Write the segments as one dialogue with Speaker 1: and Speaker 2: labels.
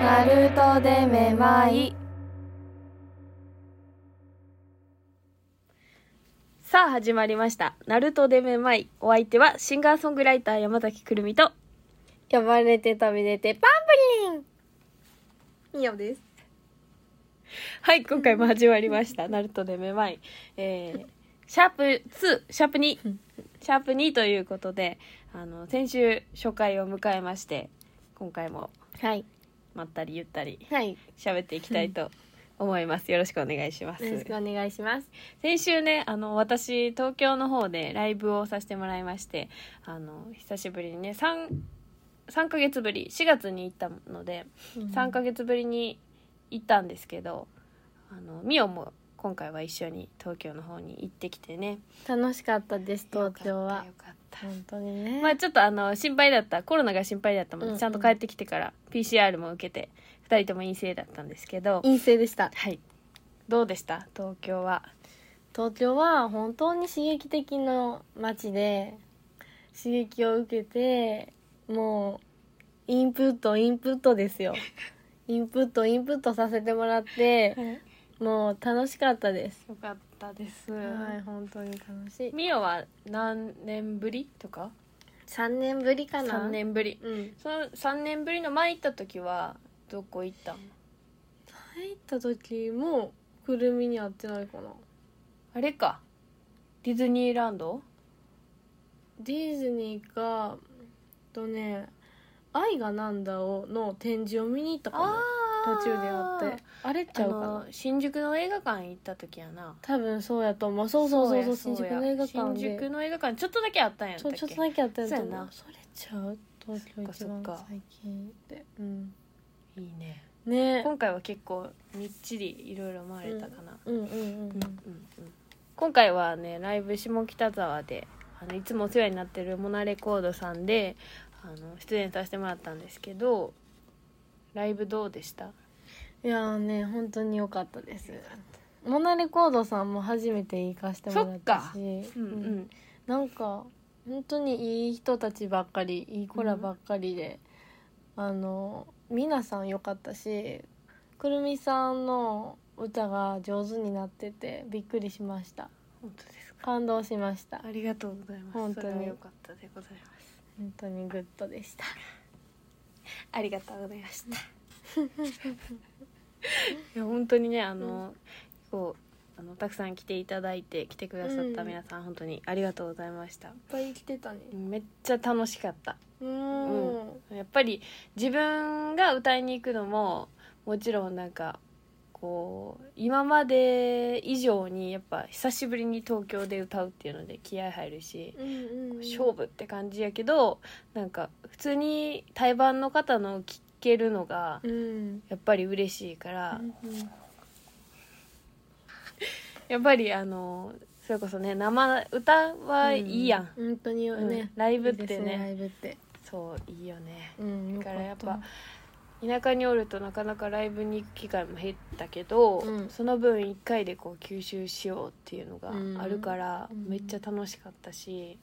Speaker 1: ナルトでめまい
Speaker 2: さあ始まりました「ナルトでめまい」お相手はシンガーソングライター山崎くるみと
Speaker 1: 呼ばれて食べれてパンプリンみよです
Speaker 2: はい今回も始まりました「ナルトでめまい」えー、シャープ2シャープ2シャープ2ということであの先週初回を迎えまして今回も
Speaker 1: はい
Speaker 2: まったりゆったり
Speaker 1: はい
Speaker 2: 喋っていきたいと思いますよろしくお願いします
Speaker 1: よろしくお願いします
Speaker 2: 先週ねあの私東京の方でライブをさせてもらいましてあの久しぶりにね 3, 3ヶ月ぶり4月に行ったので3ヶ月ぶりに行ったんですけどあのミオも今回は一緒に東京の方に行ってきてね
Speaker 1: 楽しかったです東京
Speaker 2: よかっ
Speaker 1: は
Speaker 2: たよかった
Speaker 1: 本当にね
Speaker 2: まあちょっとあの心配だったコロナが心配だったので、
Speaker 1: うん
Speaker 2: ちゃんと帰ってきてから PCR も受けて2人とも陰性だったんですけど
Speaker 1: 陰性でした
Speaker 2: はいどうでした東京は
Speaker 1: 東京は本当に刺激的な街で刺激を受けてもうインプットインプットです よインプットインプットさせてもらってもう楽しかったです、
Speaker 2: よかったです、
Speaker 1: はい本当に楽しい
Speaker 2: ミオは何年ぶりとか
Speaker 1: 3年ぶりかな
Speaker 2: 3年ぶり
Speaker 1: うん
Speaker 2: その3年ぶりの前行った時はどこ行ったの
Speaker 1: 入った時もくるみに会ってないかな
Speaker 2: あれかディズニーランド
Speaker 1: ディズニーかえっとね「愛がなんだを」の展示を見に行ったかな途中でやってあれち
Speaker 2: あ
Speaker 1: ゃうかな
Speaker 2: の新宿の映画館行った時やな
Speaker 1: 多分そうやと思うそうそうそうそう新
Speaker 2: そや
Speaker 1: 宿の映画館で
Speaker 2: 新宿の映画館ちょっとだけあったんやった
Speaker 1: そ
Speaker 2: っ
Speaker 1: う
Speaker 2: け
Speaker 1: ちょっとだけやったやつ
Speaker 2: そうやな
Speaker 1: それちゃう東京一
Speaker 2: そっ
Speaker 1: 番
Speaker 2: かそっか
Speaker 1: 最近ってうん
Speaker 2: いいね
Speaker 1: ね
Speaker 2: 今回は結構みっちりいろいろ回れたかな、
Speaker 1: うんうんうんうん
Speaker 2: 今回はねライブ下北沢であのいつもお世話になってるモナレコードさんであの出演させてもらったんですけどライブどうでした
Speaker 1: いやーね本当に良かったですモナレコードさんも初めて行かしてもらったし
Speaker 2: そ
Speaker 1: うんなんか本当にいい人たちばっかりいい子らばっかりで、あの皆さん良かったしくるみさんの歌が上手になっててびっくりしました
Speaker 2: 本当ですか
Speaker 1: 感動しました
Speaker 2: ありがとうございます
Speaker 1: 本当に
Speaker 2: それは良かったでございます
Speaker 1: 本当にグッドでした
Speaker 2: ありがとうございました いや本当にねあの、こうあのたくさん来ていただいて来てくださった皆さん、本当にありがとうございました
Speaker 1: ぱい来てたね
Speaker 2: めっちゃ楽しかった
Speaker 1: うん、
Speaker 2: やっぱり自分が歌いに行くのももちろんなんかこう今まで以上にやっぱ久しぶりに東京で歌うっていうので気合入るし
Speaker 1: うんうん
Speaker 2: 勝負って感じやけどなんか普通に対バンの方の聴けるのが
Speaker 1: うん
Speaker 2: やっぱり嬉しいから
Speaker 1: うん
Speaker 2: やっぱりあのそれこそね生歌はいいやん、
Speaker 1: 本当にね、
Speaker 2: うんライブっ
Speaker 1: いい
Speaker 2: てね
Speaker 1: ですライブって
Speaker 2: そういいよね
Speaker 1: うん
Speaker 2: だからやっぱ
Speaker 1: よ
Speaker 2: 田舎におるとなかなかライブに行く機会も減ったけど、
Speaker 1: うん
Speaker 2: その分1回でこう吸収しようっていうのがあるから、
Speaker 1: うん
Speaker 2: めっちゃ楽しかったし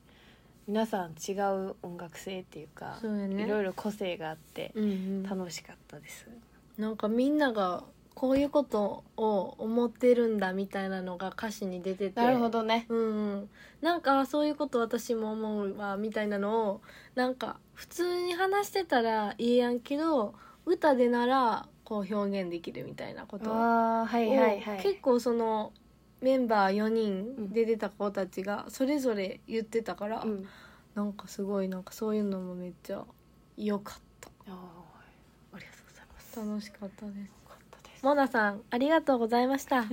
Speaker 2: 皆さん違う音楽性っていう
Speaker 1: か
Speaker 2: か
Speaker 1: ったそうやね
Speaker 2: いろいろ個性があって
Speaker 1: うんうん
Speaker 2: 楽しかったです、
Speaker 1: なんかみんながこういうことを思ってるんだみたいなのが歌詞に出てて
Speaker 2: なるほどね
Speaker 1: うんうん、なんかあそういうこと私も思うわみたいなのをなんか普通に話してたらいいやんけど歌でならこう表現できるみたいなことを
Speaker 2: ああはいはいは
Speaker 1: 結
Speaker 2: い
Speaker 1: 構そのメンバー4人
Speaker 2: ん
Speaker 1: で出た子たちがそれぞれ言ってたから、
Speaker 2: うん
Speaker 1: なんかすごいなんかそういうのもめっちゃ良かった
Speaker 2: あーありがとうございますよ
Speaker 1: 楽しかったです
Speaker 2: かったです、
Speaker 1: モナさんありがとうございま した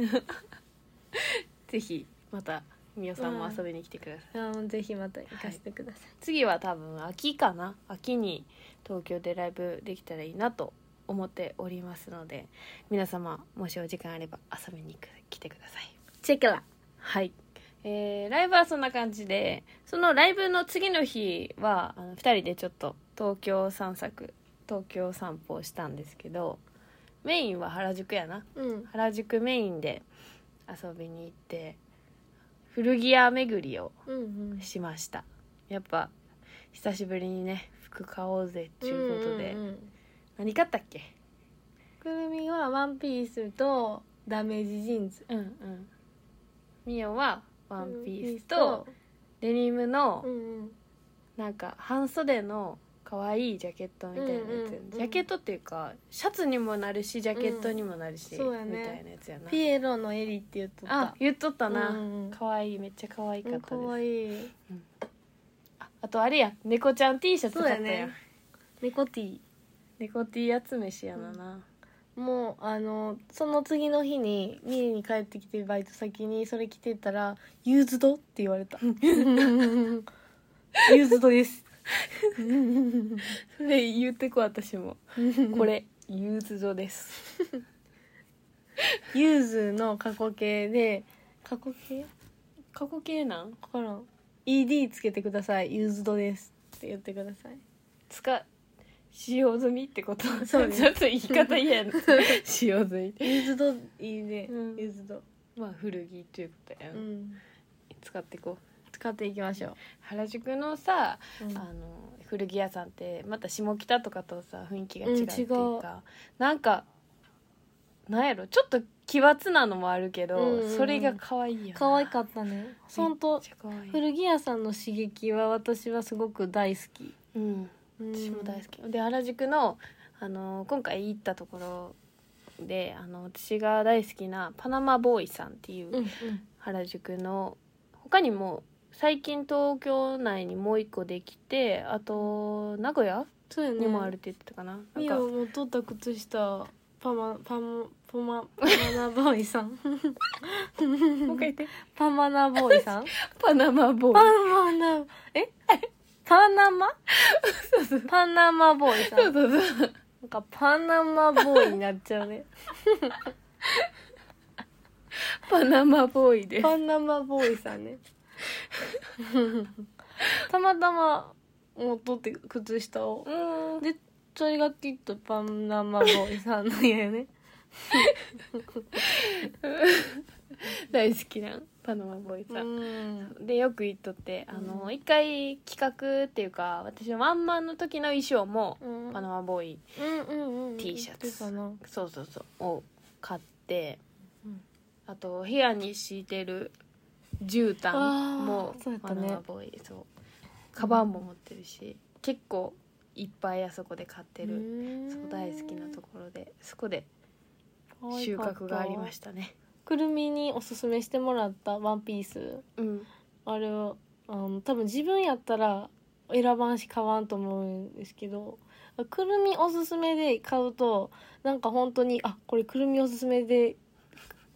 Speaker 2: ぜひまたみおさんも遊びに来てください、
Speaker 1: うん、ぜひまた行かせてくださ
Speaker 2: 次は多分秋かな秋に東京でライブできたらいいなと思っておりますので皆様もしお時間あれば遊びに来てください
Speaker 1: い。チェケラ。
Speaker 2: はい、えーライブはそんな感じでそのライブの次の日はあの2人でちょっと東京散策東京散歩をしたんですけどメインは原宿やな
Speaker 1: うん。
Speaker 2: 原宿メインであ遊びに行って古着屋巡りを
Speaker 1: うんうん
Speaker 2: しましたやっぱ久しぶりにね服買おうぜっていうことで、
Speaker 1: んんうん
Speaker 2: 何買ったっけ
Speaker 1: くるみはワンピースとダメージジーンズ
Speaker 2: うんうんミオはワンピースとデニムの
Speaker 1: うんうん
Speaker 2: なんか半袖の可愛いジャケットみたいなやつ、
Speaker 1: うんうんうん
Speaker 2: ジャケットっていうかシャツにもなるしジャケットにもなる
Speaker 1: う
Speaker 2: し、
Speaker 1: んそうやね
Speaker 2: みたいなやつやな
Speaker 1: ピエロのエリって言っとった
Speaker 2: あ言っとったな
Speaker 1: うんうん
Speaker 2: 可愛、いめっちゃ可愛かったです、
Speaker 1: かわいい
Speaker 2: ああとあれや猫ちゃん T シャツ買ったやん
Speaker 1: そうやね猫ティ
Speaker 2: 猫 T 集めしやなな、
Speaker 1: ーもうあのその次の日に三重に帰ってきてバイト先にそれ着てたら「ユーズド?」って言われた「ユーズドです」
Speaker 2: それ言ってこ 私もこれユーズドです
Speaker 1: ユーズの過去形で過去形
Speaker 2: 過去形な
Speaker 1: わ
Speaker 2: ん
Speaker 1: からん ED つけてくださいユーズドですって言ってください
Speaker 2: 使使用済みってこと
Speaker 1: そうね
Speaker 2: ちょっと言い 方嫌やな使用済み
Speaker 1: ユーズドいいね、
Speaker 2: うん
Speaker 1: ユーズド
Speaker 2: まあ古着ということや、
Speaker 1: うんん
Speaker 2: 使っていこう
Speaker 1: 使っていきましょう、
Speaker 2: 原宿のさ、
Speaker 1: うん
Speaker 2: あの古着屋さんってまた下北とかとさ雰囲気が違うっていうか、
Speaker 1: うん違う
Speaker 2: なんかなんやろちょっと奇抜なのもあるけど、
Speaker 1: うんうんうん
Speaker 2: それが可愛いよな
Speaker 1: 可愛か
Speaker 2: っ
Speaker 1: ったね
Speaker 2: た
Speaker 1: 本当
Speaker 2: い、
Speaker 1: 古着屋さんの刺激は私はすごく大好き
Speaker 2: うん、私も大好き、で原宿の、あの今回行ったところであの私が大好きなパナマボーイさんっていう
Speaker 1: うんうん
Speaker 2: 原宿の他にも最近東京内にもう一個できてあと名古屋
Speaker 1: そうよね
Speaker 2: にもあるって言ってたかな,、
Speaker 1: ミ
Speaker 2: なん
Speaker 1: オ
Speaker 2: か
Speaker 1: も取った靴下パマパマパマパマナボーイさん
Speaker 2: もう一回言って
Speaker 1: パマナボーイさん
Speaker 2: パナマボ
Speaker 1: パ
Speaker 2: ーイ
Speaker 1: マナえパナマパナマボーイさん
Speaker 2: そうそうそう
Speaker 1: なんかパナマボーイになっちゃうね
Speaker 2: パナマボーイです
Speaker 1: パナマボーイさん ねたまたまもう取って靴下を
Speaker 2: うん
Speaker 1: でそれがきっとパナマボーイさんの家 ね
Speaker 2: 大好きなパナマボーイさん、
Speaker 1: ん
Speaker 2: でよく行っとってあの、
Speaker 1: うん
Speaker 2: 一回企画っていうか私のワンマンの時の衣装も、
Speaker 1: うん
Speaker 2: パナマボーイ
Speaker 1: うんうんうん
Speaker 2: T シャツ
Speaker 1: そうかな
Speaker 2: そうそうそうを買って、
Speaker 1: うん
Speaker 2: あと部屋に敷いてる
Speaker 1: あ
Speaker 2: 絨
Speaker 1: ー
Speaker 2: 毯も
Speaker 1: そうやった
Speaker 2: パ
Speaker 1: ね
Speaker 2: ナマボーイそうカバンも持ってるし、結構いっぱいあそこで買ってる、そう大好きなところでそこで
Speaker 1: ろ
Speaker 2: 収穫がありましたたね
Speaker 1: くるみにおすすめしてもらったワンピース
Speaker 2: うん
Speaker 1: あれをあの多分自分やったら選ばんし買わんと思うんですけどくるみおすすめで買うとなんか本当にあこれくるみおすすめで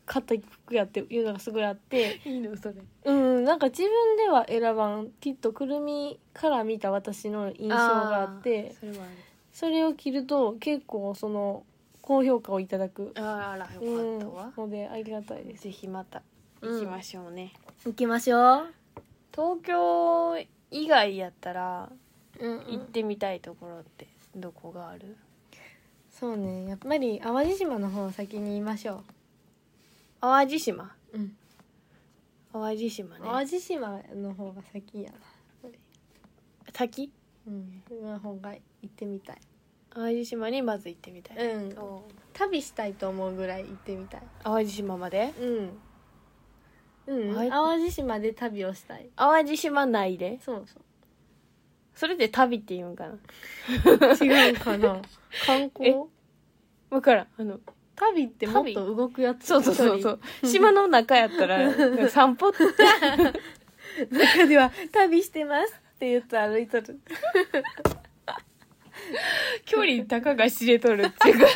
Speaker 1: 買った服やっていうのがすごいあって
Speaker 2: いいのそれ
Speaker 1: うん、なんか自分では選ばんきっとくるみから見た私の印象があって
Speaker 2: それもある
Speaker 1: それを着ると結構その高評価をいただく
Speaker 2: あーあらよか
Speaker 1: うん
Speaker 2: ったわ、
Speaker 1: のでありがたいです
Speaker 2: ぜひまた
Speaker 1: うん
Speaker 2: 行きましょうね、
Speaker 1: 行きましょう、
Speaker 2: 東京以外やったら
Speaker 1: うん
Speaker 2: 行ってみたいところってどこがある
Speaker 1: そうねやっぱり淡路島の方を先に言いましょ
Speaker 2: 淡路島
Speaker 1: う、うん
Speaker 2: 淡路島ね
Speaker 1: 淡路島の方が先やな
Speaker 2: 先
Speaker 1: うんの方が行ってみたい
Speaker 2: 淡路島にまず行ってみたい、
Speaker 1: うん
Speaker 2: お
Speaker 1: 旅したいと思うぐらい行ってみたい
Speaker 2: 淡路島まで
Speaker 1: うんうん、
Speaker 2: はい
Speaker 1: 淡路島で旅をしたい
Speaker 2: 淡路島内で
Speaker 1: そうそう
Speaker 2: それで旅って言うんかな
Speaker 1: 違うかな観光
Speaker 2: え分からんあの
Speaker 1: 旅ってもっと動くやつ
Speaker 2: そうそうそうそう島の中やった ら散歩って
Speaker 1: 一人 中では旅してますって言って歩いとる
Speaker 2: 距離たかが知れとるっていうか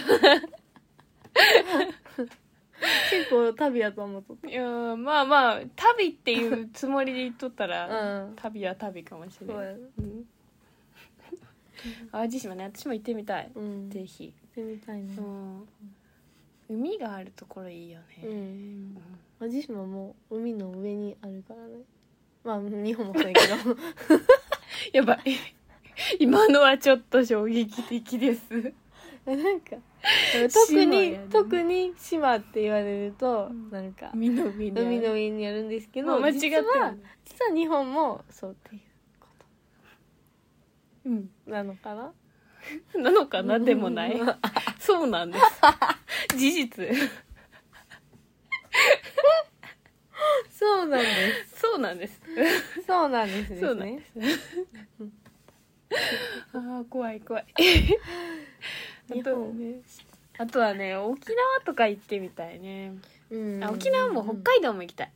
Speaker 1: 結構旅やと思っとっ
Speaker 2: いやーまあまあ旅っていうつもりで言っとったら、
Speaker 1: うん
Speaker 2: 旅は旅かもしたれ
Speaker 1: そう
Speaker 2: ない、
Speaker 1: やな
Speaker 2: うん、淡路島ね私も行ってみたい、
Speaker 1: うん
Speaker 2: ぜひ、
Speaker 1: 行ってみたいな
Speaker 2: うん、海があるところいいよね、
Speaker 1: うん
Speaker 2: うん
Speaker 1: 淡路島も海の上にあるからねまあ日本もそうやけ ど
Speaker 2: やばい。今のはちょっと衝撃的です。
Speaker 1: なんか特
Speaker 2: 島や
Speaker 1: に
Speaker 2: ね
Speaker 1: 特に島って言われると、
Speaker 2: うん
Speaker 1: なんか
Speaker 2: 海の海
Speaker 1: 海の上にやるんですけど、
Speaker 2: 間違って
Speaker 1: 実
Speaker 2: る
Speaker 1: は実は日本もそうっていうこ
Speaker 2: うん
Speaker 1: となのかな
Speaker 2: なのかなでもないそうなんです 事実
Speaker 1: そうなんで
Speaker 2: そうなんです
Speaker 1: すそうなんですですね
Speaker 2: そうなんですあー怖い怖い
Speaker 1: 日本ね
Speaker 2: あとはね沖縄とか行ってみたいね、
Speaker 1: うん
Speaker 2: あ沖縄も北海道も行きたい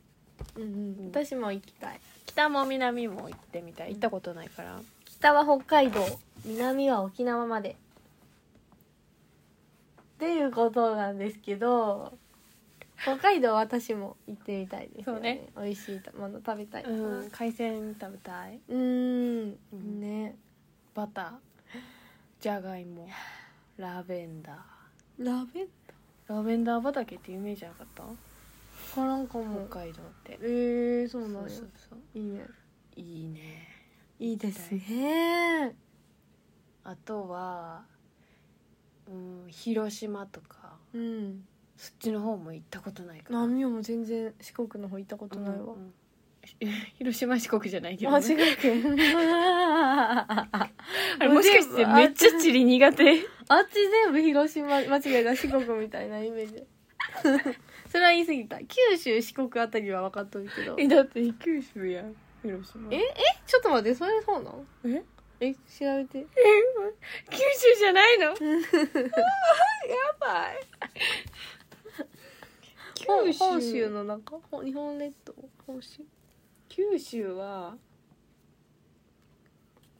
Speaker 1: うんうん、私も行きたい
Speaker 2: 北も南も行ってみたい行ったことないから
Speaker 1: 北は北海道南は沖縄までっていうことなんですけど北海道は私も行ってみたいですよね美味しいもの食べたいな
Speaker 2: うん海鮮食べたい
Speaker 1: うん
Speaker 2: うん
Speaker 1: ね
Speaker 2: バターじゃがいもラベンダー
Speaker 1: ラベン
Speaker 2: ラベンダー畑って有名じゃなかった
Speaker 1: からんかも
Speaker 2: 北海道って
Speaker 1: えー、そう
Speaker 2: そ
Speaker 1: な
Speaker 2: う
Speaker 1: のよ
Speaker 2: そうそう
Speaker 1: いいね
Speaker 2: いいね
Speaker 1: いいですね
Speaker 2: あとは、うん、広島とか
Speaker 1: うん
Speaker 2: そっちの方も行ったことないから
Speaker 1: 南も全然四国の方行ったことないわ
Speaker 2: うん うんえ広島四国じゃないけど、
Speaker 1: 間
Speaker 2: ね、
Speaker 1: 違えて
Speaker 2: あれもしかしてめっちゃ地理苦 手
Speaker 1: あっち全部広島間違えた四国みたいなイメージ それは言い過ぎた九州四国あたりは分かっとるけどえ
Speaker 2: だって九州やん広島
Speaker 1: えちょっと待ってそれそうなの
Speaker 2: え
Speaker 1: え調べて
Speaker 2: 九州じゃないのあ ーやばい
Speaker 1: 本本州の中ほ日本列島本州
Speaker 2: 九州は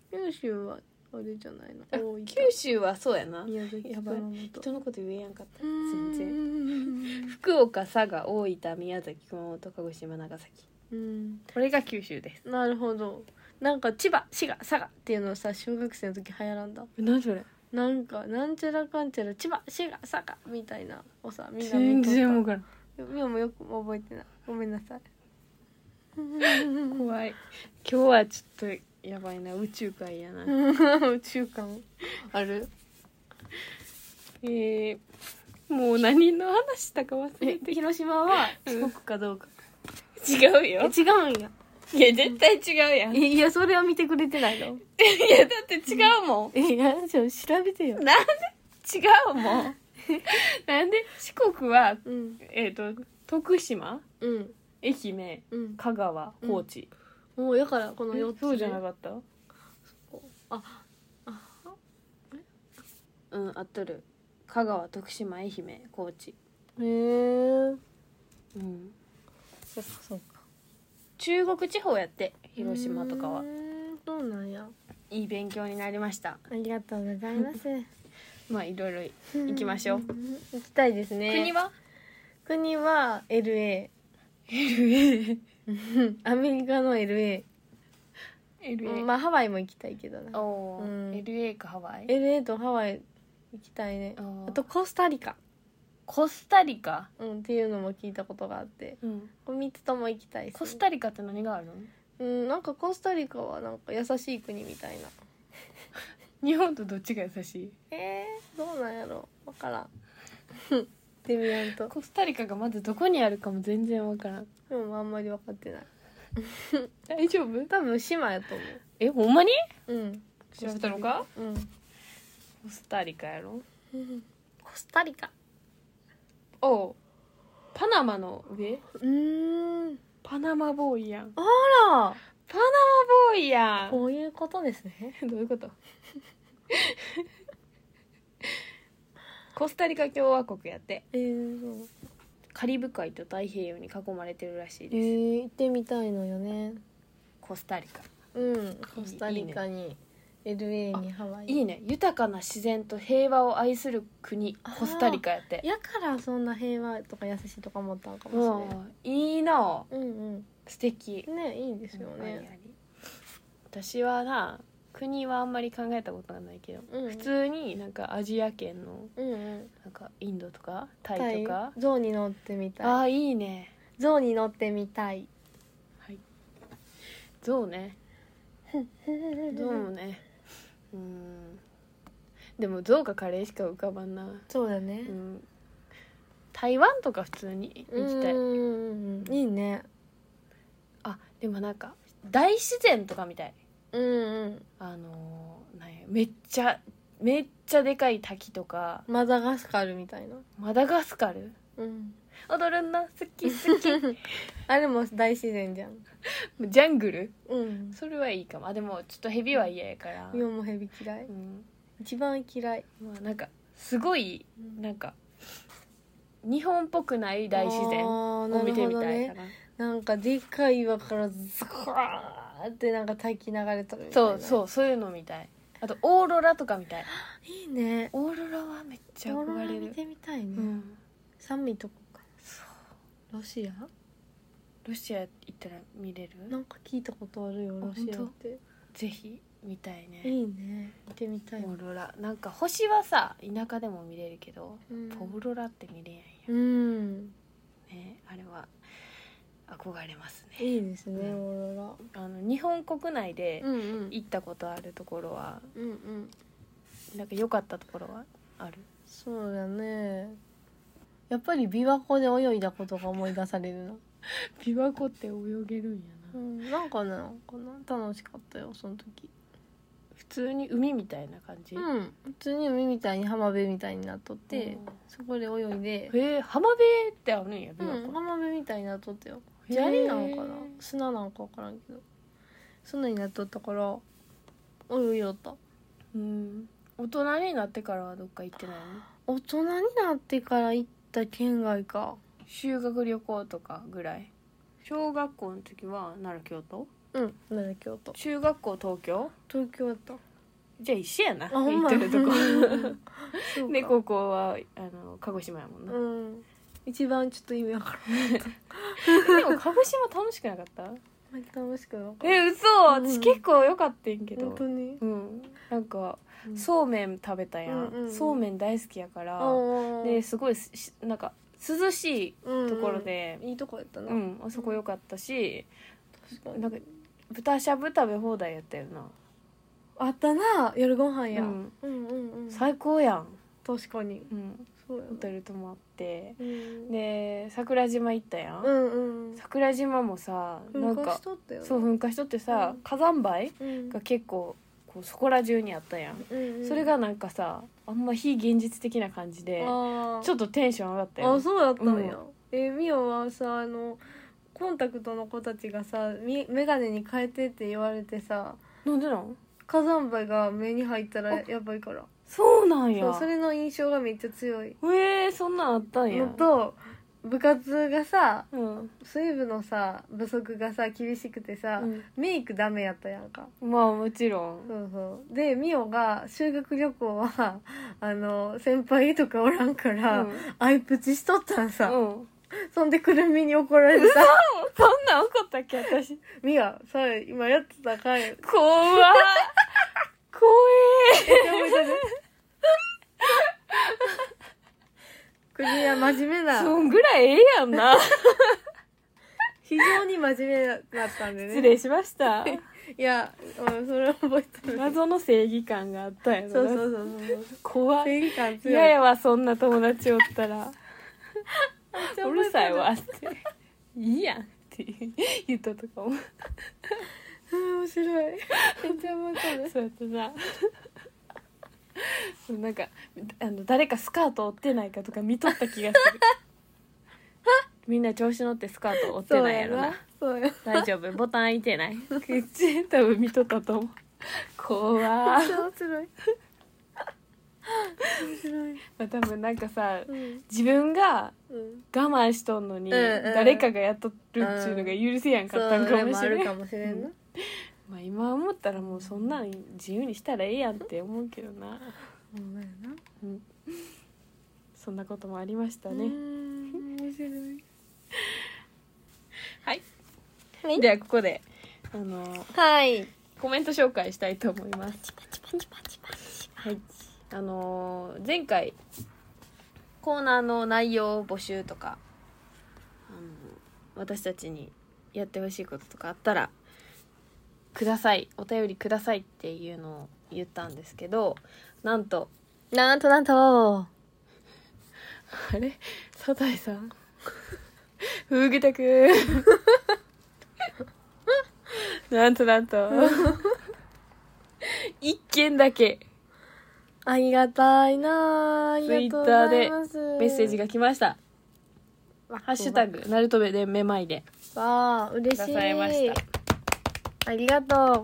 Speaker 1: 九州はあれじゃないの
Speaker 2: あ
Speaker 1: 大分
Speaker 2: 九州はそうやな
Speaker 1: 宮崎
Speaker 2: やばい
Speaker 1: 熊本
Speaker 2: 人のこと言えやんかった
Speaker 1: うーん
Speaker 2: 全然福岡佐賀大分宮崎熊本鹿児島長崎
Speaker 1: うん
Speaker 2: これが九州です
Speaker 1: なるほどなんか千葉滋賀佐賀っていうのさ小学生の時流行らんだ
Speaker 2: 何それ
Speaker 1: なんかなんちゃらかんちゃら千葉滋賀佐賀みたいなをさみんな
Speaker 2: 全
Speaker 1: 見とった
Speaker 2: 然分からん
Speaker 1: みおもよく覚えてないごめんなさい
Speaker 2: 怖い今日はちょっとやばいな宇宙界やな
Speaker 1: 宇宙観ある
Speaker 2: えー、もう何の話したか忘れて
Speaker 1: 広島は
Speaker 2: うん
Speaker 1: 四国かどうか、
Speaker 2: 違う
Speaker 1: え
Speaker 2: よ
Speaker 1: 違うんや
Speaker 2: いや絶対違うやんい
Speaker 1: いやそれは見てくれてないの
Speaker 2: やだって違うもん
Speaker 1: えいやちょ調べてよ
Speaker 2: なんで違うもんなんで四国は
Speaker 1: うん
Speaker 2: えっ、と徳島
Speaker 1: うん
Speaker 2: 愛媛
Speaker 1: うん
Speaker 2: 香川
Speaker 1: うん
Speaker 2: 高知、
Speaker 1: もうやからこの4つ、
Speaker 2: そうじゃなかった
Speaker 1: あ
Speaker 2: うんあっとる香川徳島愛媛高知
Speaker 1: へえ
Speaker 2: うん
Speaker 1: そっかそっか
Speaker 2: 中国地方やって広島とかは
Speaker 1: うーんそうなんや
Speaker 2: いい勉強になりました
Speaker 1: ありがとうございます
Speaker 2: まあいろいろ行きましょう
Speaker 1: 行きたいですね
Speaker 2: 国は
Speaker 1: 国は LA
Speaker 2: LA
Speaker 1: うんアメリカの LA ま
Speaker 2: LA
Speaker 1: あハワイも行きたいけどな
Speaker 2: おー
Speaker 1: うん
Speaker 2: LA かハワイ
Speaker 1: LA とハワイ行きたいね
Speaker 2: あー
Speaker 1: あとコスタリカ、
Speaker 2: コスタリカ
Speaker 1: うん、っていうのも聞いたことがあってこれ3つとも行きたいですね
Speaker 2: コスタリカって何があるの
Speaker 1: うん、なんかコスタリカはなんか優しい国みたいな
Speaker 2: 日本とどっちが優しい
Speaker 1: えー、どうなんやろわからん 行ってみやんと
Speaker 2: コスタリカがまずどこにあるかも全然わからん
Speaker 1: でもあんまり分かってない
Speaker 2: 大丈夫
Speaker 1: 多分島やと思
Speaker 2: えほんまに
Speaker 1: ううん
Speaker 2: 調べたのか
Speaker 1: うん
Speaker 2: コスタリカやろ
Speaker 1: コスタリカ
Speaker 2: おうパナマの上
Speaker 1: うーん
Speaker 2: パナマボーイやん
Speaker 1: あ
Speaker 2: パナマボーイや
Speaker 1: らこういうことですね
Speaker 2: んどういう ことコスタリカ共和国やって
Speaker 1: えー、そう
Speaker 2: カリブ海と太平洋に囲まれてるらしい
Speaker 1: え
Speaker 2: です、
Speaker 1: ー、行ってみたいのよね
Speaker 2: コスタリカ
Speaker 1: うんコスタリカに LA にハワイ
Speaker 2: いいね豊かな自然と平和を愛する国
Speaker 1: あー
Speaker 2: コスタリカやって
Speaker 1: やからそんな平和とか優しいとか思ったのか
Speaker 2: う
Speaker 1: もしれない
Speaker 2: んいいな
Speaker 1: うん
Speaker 2: 素敵
Speaker 1: うんねいいですよ
Speaker 2: ありあ
Speaker 1: ね
Speaker 2: り私はな国はあんまり考えたことがないけど、
Speaker 1: うん
Speaker 2: 普通になんかアジア圏の
Speaker 1: うんうん
Speaker 2: なんかインドとかタイとか
Speaker 1: タイ象に乗ってみ
Speaker 2: あ
Speaker 1: たい
Speaker 2: あーいいね
Speaker 1: 象に乗ってみたい
Speaker 2: ゾウねゾウ
Speaker 1: 象
Speaker 2: もねうーんでも象かカレーしか浮かばんな、
Speaker 1: そうだね
Speaker 2: うん、台湾とか普通に行きたい
Speaker 1: うんいいね
Speaker 2: あでもなんか大自然とかみたい
Speaker 1: うんうん
Speaker 2: あのーなんやめっちゃめっちゃでかい滝とか
Speaker 1: マダガスカルみたいな
Speaker 2: マダガスカル
Speaker 1: うん
Speaker 2: 踊るんだ好き好き
Speaker 1: あれも大自然じゃん
Speaker 2: ジャングル
Speaker 1: うん
Speaker 2: それはいいかもあでもちょっとヘビは嫌やから、
Speaker 1: 今もヘビ嫌い
Speaker 2: うん
Speaker 1: 一番嫌い
Speaker 2: まあ、なんかすごいなんか日本っぽくない大自然を
Speaker 1: あーなる
Speaker 2: 見て
Speaker 1: ほ
Speaker 2: み
Speaker 1: ど
Speaker 2: たい
Speaker 1: ね
Speaker 2: かな
Speaker 1: なんかでかい岩からズコーってなんか滝流れとるみたい
Speaker 2: そ
Speaker 1: な
Speaker 2: うそうそういうのみたいあとオーロラとかみたい
Speaker 1: いいね
Speaker 2: オーロラはめっちゃ
Speaker 1: オーロ
Speaker 2: 憧
Speaker 1: ラ
Speaker 2: れ
Speaker 1: 見
Speaker 2: る
Speaker 1: てみたいね、
Speaker 2: うん
Speaker 1: 寒いとこか
Speaker 2: そう
Speaker 1: ロシア
Speaker 2: ロシア行ったら見れる
Speaker 1: なんか聞いたことあるよ
Speaker 2: あ
Speaker 1: ロシアっ
Speaker 2: 本
Speaker 1: て
Speaker 2: ぜひ見たいね
Speaker 1: いいね見てみたい
Speaker 2: オーロラなんか星はさ田舎でも見れるけど、
Speaker 1: うん
Speaker 2: オーロラって見れやんや
Speaker 1: うん
Speaker 2: ねあれは憧れますね
Speaker 1: いいですね
Speaker 2: うん
Speaker 1: オーロ
Speaker 2: あの日本国内で
Speaker 1: ラうんうん
Speaker 2: 行ったことあるところは、
Speaker 1: うんうん
Speaker 2: なんか良かったところはある
Speaker 1: そうだねやっぱり琵琶湖で泳いだことが思い出されるな、
Speaker 2: 琵琶湖って泳げるんや
Speaker 1: う
Speaker 2: な、
Speaker 1: ん、なんかななんかな楽しかったよその時
Speaker 2: 普通に海みたいな感じ、
Speaker 1: うん普通に海みたいに浜辺みたいになっとって
Speaker 2: うん
Speaker 1: そこで泳いで
Speaker 2: へえ浜辺ってあるんや
Speaker 1: う
Speaker 2: 琵琶
Speaker 1: ん
Speaker 2: 湖、
Speaker 1: 浜辺みたいになっとったよ
Speaker 2: へー
Speaker 1: 砂利なのかな砂なのか分からんけどそんなになっとったから泳いよった
Speaker 2: うん大人になってからはどっか行ってないの
Speaker 1: 大人になってから行った県外か
Speaker 2: 修学旅行とかぐらい小学校の時は奈良京都
Speaker 1: うん奈良京都
Speaker 2: 中学校東京
Speaker 1: 東京だったあ
Speaker 2: じゃあ一緒やな
Speaker 1: ほん
Speaker 2: 行っ
Speaker 1: ま
Speaker 2: て
Speaker 1: や
Speaker 2: る とこ
Speaker 1: そうか
Speaker 2: で高校はあの鹿児島やもんな、
Speaker 1: うん一番ちょっと意味わからない
Speaker 2: でも鹿児島楽しくなかった
Speaker 1: あんまり楽しくなかった
Speaker 2: え嘘
Speaker 1: うん
Speaker 2: 私結構良かったんけど
Speaker 1: 本当に
Speaker 2: うんなんか
Speaker 1: うん
Speaker 2: そうめん食べたや
Speaker 1: うん
Speaker 2: ん、
Speaker 1: うんうん
Speaker 2: そうめん大好きやから、
Speaker 1: あ
Speaker 2: で、すごいすしなんか涼し
Speaker 1: うんう
Speaker 2: い
Speaker 1: ん
Speaker 2: ところで、
Speaker 1: いいとこやった
Speaker 2: うん
Speaker 1: な、
Speaker 2: あそこ良かったし、
Speaker 1: 確かに
Speaker 2: なんか豚しゃぶ食べ放題やったよな
Speaker 1: あったな夜ご飯や、
Speaker 2: う
Speaker 1: うんん、うんうん
Speaker 2: 最高やん、
Speaker 1: 確かに
Speaker 2: うん、
Speaker 1: そうや
Speaker 2: ホテ
Speaker 1: な
Speaker 2: ル泊まって
Speaker 1: うん
Speaker 2: で桜島行ったやん、
Speaker 1: うんうん
Speaker 2: 桜島もさなん
Speaker 1: 噴火
Speaker 2: か
Speaker 1: しとったよね
Speaker 2: そう噴火しとってさ、
Speaker 1: うん
Speaker 2: 火山灰
Speaker 1: うん
Speaker 2: が結構こうそこら中にあったやん、
Speaker 1: うんうん
Speaker 2: それがなんかさあんま非現実的な感じで
Speaker 1: あ
Speaker 2: ちょ
Speaker 1: っ
Speaker 2: っとテンション上がったよ
Speaker 1: あそうだったんや、えミオはさあのコンタクトの子たちがさみ眼鏡に変えてって言われてさ
Speaker 2: なんでなん
Speaker 1: 火山灰が目に入ったらやばいから
Speaker 2: そうなんや
Speaker 1: そうそれの印象がめっちゃ強い
Speaker 2: えー、そんなんあったんや
Speaker 1: のと部活がさ
Speaker 2: うん、
Speaker 1: 水部のさ部則がさ厳しくてさ、メイクダメやったやんか
Speaker 2: まあもちろん
Speaker 1: そうそうでミオが修学旅行は あの先輩とかおらんから、
Speaker 2: うん
Speaker 1: アイプチしとったんさ、
Speaker 2: うん
Speaker 1: そんでくるみに怒られた
Speaker 2: そんなん怒ったっけ私
Speaker 1: ミアそれ今やってたかい
Speaker 2: 怖っ怖え
Speaker 1: クリア真面目な
Speaker 2: そんぐらいええやんな
Speaker 1: 非常に真面目だったんでね
Speaker 2: 失礼しました
Speaker 1: いや、うん、それは覚えてる
Speaker 2: 謎の正義感があったやろな
Speaker 1: そうそうそう そう
Speaker 2: 怖い
Speaker 1: 正義感強い
Speaker 2: 嫌やわそんな友達おったら
Speaker 1: めっちゃ
Speaker 2: う
Speaker 1: 覚えて
Speaker 2: るさいわっていいやんって言ったとかも
Speaker 1: うん面白いめっちゃ覚えてる
Speaker 2: そうやってなそうなんかあの誰かスカート折ってないかとか見とった気がするみんな調子乗ってスカート折ってないやろな
Speaker 1: そうや
Speaker 2: 大丈夫ボタン開いてない口多分見とったと思う怖
Speaker 1: な
Speaker 2: ー
Speaker 1: 面白い面白い
Speaker 2: まあ多分なんかさ
Speaker 1: うん
Speaker 2: 自分が
Speaker 1: うん
Speaker 2: 我慢しとんのに、
Speaker 1: うんうん
Speaker 2: 誰かがやっとるっていうのが許せやんか
Speaker 1: そ
Speaker 2: ったん
Speaker 1: う
Speaker 2: か
Speaker 1: で
Speaker 2: も
Speaker 1: も
Speaker 2: し
Speaker 1: あ
Speaker 2: れ
Speaker 1: る
Speaker 2: ない
Speaker 1: かもしれんな
Speaker 2: まあ今思ったらもうそんなん自由にしたらええやんって思うけどな、
Speaker 1: ほんまやな
Speaker 2: うん、そんなこともありました
Speaker 1: う
Speaker 2: ね、
Speaker 1: ん面白い
Speaker 2: はい
Speaker 1: はい
Speaker 2: ではここであの
Speaker 1: はい
Speaker 2: コメント紹介したいと思います
Speaker 1: パチパチパチパチ
Speaker 2: はいあのー前回コーナーの内容を募集とかあの私たちにやってほしいこととかあったら「くださいお便りください」っていうのを言ったんですけどなんと
Speaker 1: なんとなんと
Speaker 2: あれサザエさんフグタクなんとなんと一件だけ
Speaker 1: ありがたいなあありがとうございます
Speaker 2: メッセージが来ました「ハッシュタグなるとべでめまいで
Speaker 1: わあ嬉
Speaker 2: くだ
Speaker 1: し
Speaker 2: さいまし
Speaker 1: い
Speaker 2: た
Speaker 1: ありがとう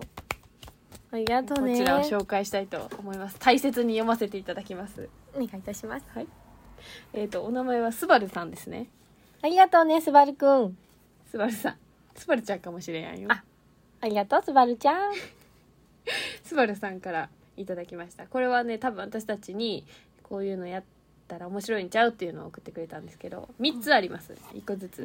Speaker 1: ありがとう
Speaker 2: こ
Speaker 1: ね
Speaker 2: ちらを紹介したいと思います大切に読ませていただきます
Speaker 1: お願いいたします
Speaker 2: はいえっ、とお名前はスバルさんですね
Speaker 1: ありがとうねすばるくん
Speaker 2: スバルさんスバルちゃんかもしれんよ
Speaker 1: あありがとうすばるちゃん
Speaker 2: スバルさんからいただきましたこれはね多分私たちにこういうのやったら面白いんちゃうっていうのを送ってくれたんですけど3つあります1個ずつ、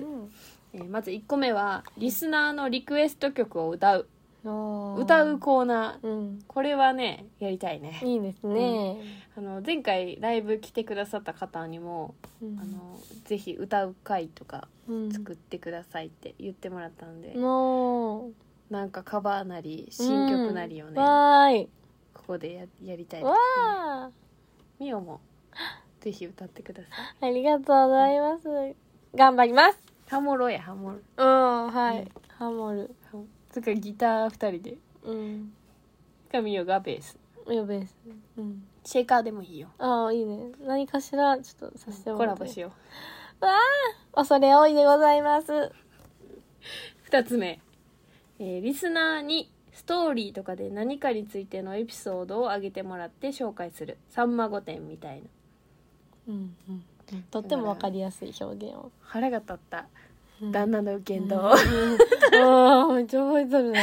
Speaker 2: えーまず1個目はリスナーのリクエスト曲を歌う歌うコーナー
Speaker 1: うん
Speaker 2: これはねやりたいね
Speaker 1: いいですね、
Speaker 2: あの前回ライブ来てくださった方にも、
Speaker 1: うん
Speaker 2: あのぜひ歌う回とか
Speaker 1: うん
Speaker 2: 作ってくださいって言ってもらったんで、
Speaker 1: もう
Speaker 2: なんかカバーなり新曲なりをね、
Speaker 1: うんわーい
Speaker 2: ここでややりたいです
Speaker 1: わ
Speaker 2: ね
Speaker 1: あ
Speaker 2: ミオもぜひ歌ってください。
Speaker 1: ありがとうございます頑張ります
Speaker 2: ハモロやハモロ。
Speaker 1: うんはい、
Speaker 2: うん
Speaker 1: ハモる
Speaker 2: ハモつうかギター二人で。
Speaker 1: うん
Speaker 2: かミオがベース。
Speaker 1: よべですうん
Speaker 2: シェーカーでもいいよ。
Speaker 1: ああいいね何かしらちょっとさせても
Speaker 2: コ
Speaker 1: ら
Speaker 2: ラ
Speaker 1: って
Speaker 2: ボしよう。
Speaker 1: 恐れ多いでございます
Speaker 2: 二つ目、えーリスナーにストーリーとかで何かについてのエピソードを上げてもらって紹介する。さんま御殿みたいな。
Speaker 1: うんうんとってもわかりやすい表現を
Speaker 2: 腹が立った
Speaker 1: うん
Speaker 2: 旦那の言動。
Speaker 1: ああめっちゃ覚えと るな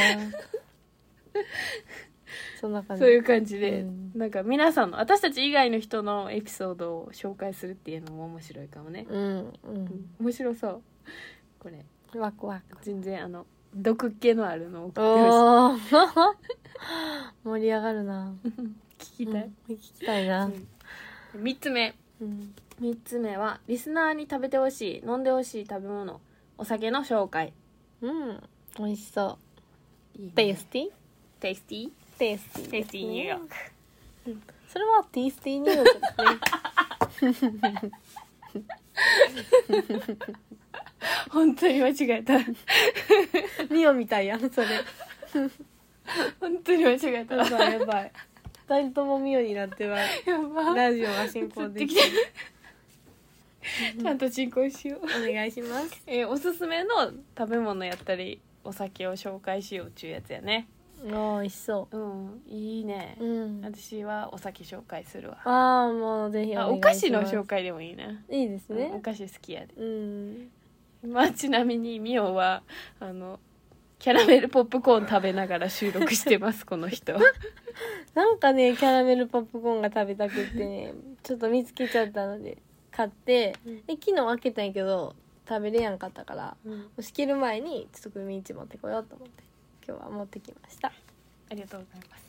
Speaker 1: そんな感じ
Speaker 2: そういう感じで、
Speaker 1: うん
Speaker 2: なんか皆さんの私たち以外の人のエピソードを紹介するっていうのも面白いかもね。
Speaker 1: うん
Speaker 2: 面白そう。こ
Speaker 1: う
Speaker 2: れ。
Speaker 1: んワクワク
Speaker 2: 全然あの毒気のあるのを送ってほ
Speaker 1: おお 盛り上がるな
Speaker 2: しい聞きたい、
Speaker 1: うん聞きたいな、
Speaker 2: うん、3つ目
Speaker 1: うん
Speaker 2: 3つ目はリスナーに食べてほしい飲んでほしい食べ物お酒の紹介
Speaker 1: うん、美味しそう
Speaker 2: いいね
Speaker 1: テイスティー
Speaker 2: テイスティー
Speaker 1: テイスティーですね、
Speaker 2: テイスティーニューヨーク
Speaker 1: それはテイスティーニューヨークですね
Speaker 2: 本当に間違えた
Speaker 1: ミオみたいやんそれ
Speaker 2: 本当に間違え たや
Speaker 1: やばいやばい二人ともミオになっては
Speaker 2: ば
Speaker 1: ラジオが進行 できる
Speaker 2: ちゃんと進行しよう、
Speaker 1: お願いします
Speaker 2: えーおすすめの食べ物やったりお酒を紹介しようっちゅうやつやね
Speaker 1: お美味しそ
Speaker 2: うんいいね
Speaker 1: う、うん
Speaker 2: 私はお酒紹介するわ
Speaker 1: ああもうぜひお
Speaker 2: あ
Speaker 1: 願い
Speaker 2: お
Speaker 1: し
Speaker 2: 菓
Speaker 1: ます
Speaker 2: 子の紹介でもいいない
Speaker 1: いです
Speaker 2: うんお
Speaker 1: ね
Speaker 2: 菓子好きやで
Speaker 1: うん
Speaker 2: まあちなみにミオはあのキャラメルポップコーン食べながら収録してます この人
Speaker 1: なんかねキャラメルポップコーンが食べたくってね ちょっと見つけちゃったので買って
Speaker 2: うん
Speaker 1: で昨日開けたんやけど食べれやんかったから
Speaker 2: うん
Speaker 1: 押し切る前にちょっとグミンチ持ってこようと思って今日は持ってきました
Speaker 2: ありがとうございます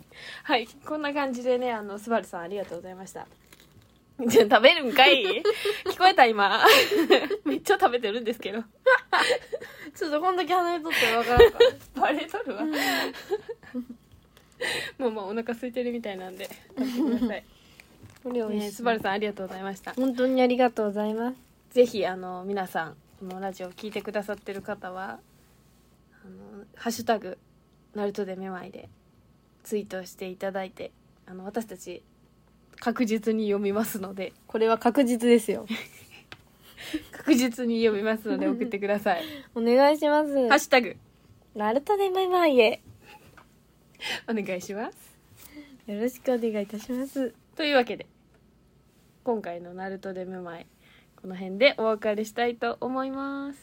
Speaker 2: はいこんな感じでねあのスバルさんありがとうございましたじゃあ食べるんかい 聞こえた今 めっちゃ食べてるんですけど
Speaker 1: ちょっとこんだけ離れとったらわからん から
Speaker 2: バレとるわ もうまあお腹空いてるみたいなんで食べてくださ い、
Speaker 1: これ美
Speaker 2: え
Speaker 1: 味
Speaker 2: ー、
Speaker 1: しい
Speaker 2: スバルさんありがとうございました
Speaker 1: 本当にありがとうございます
Speaker 2: ぜひあの皆さんこのラジオを聞いてくださってる方は「あのハッシュタグナルトでめまい」でツイートしていただいてあの私たち確実に読みますので
Speaker 1: これは確実です よ
Speaker 2: 確実に読みますので送ってください「
Speaker 1: お願いしま
Speaker 2: ハッ
Speaker 1: す
Speaker 2: シュタグ
Speaker 1: ナルトでマイマイへ
Speaker 2: お願いします
Speaker 1: よろしくお願いいたします」
Speaker 2: というわけで今回の「ナルトでめまい」この辺でお別れしたいと思います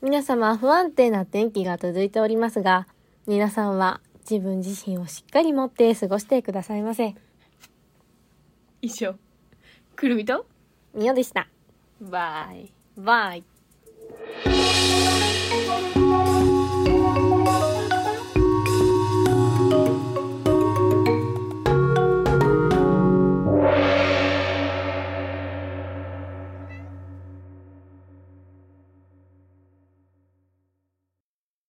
Speaker 1: 皆様不安定な天気が続いておりますが皆さんは自分自身をしっかり持って過ごしてくださいませ
Speaker 2: 以上くるみと
Speaker 1: みよでした
Speaker 2: バイ
Speaker 1: バイ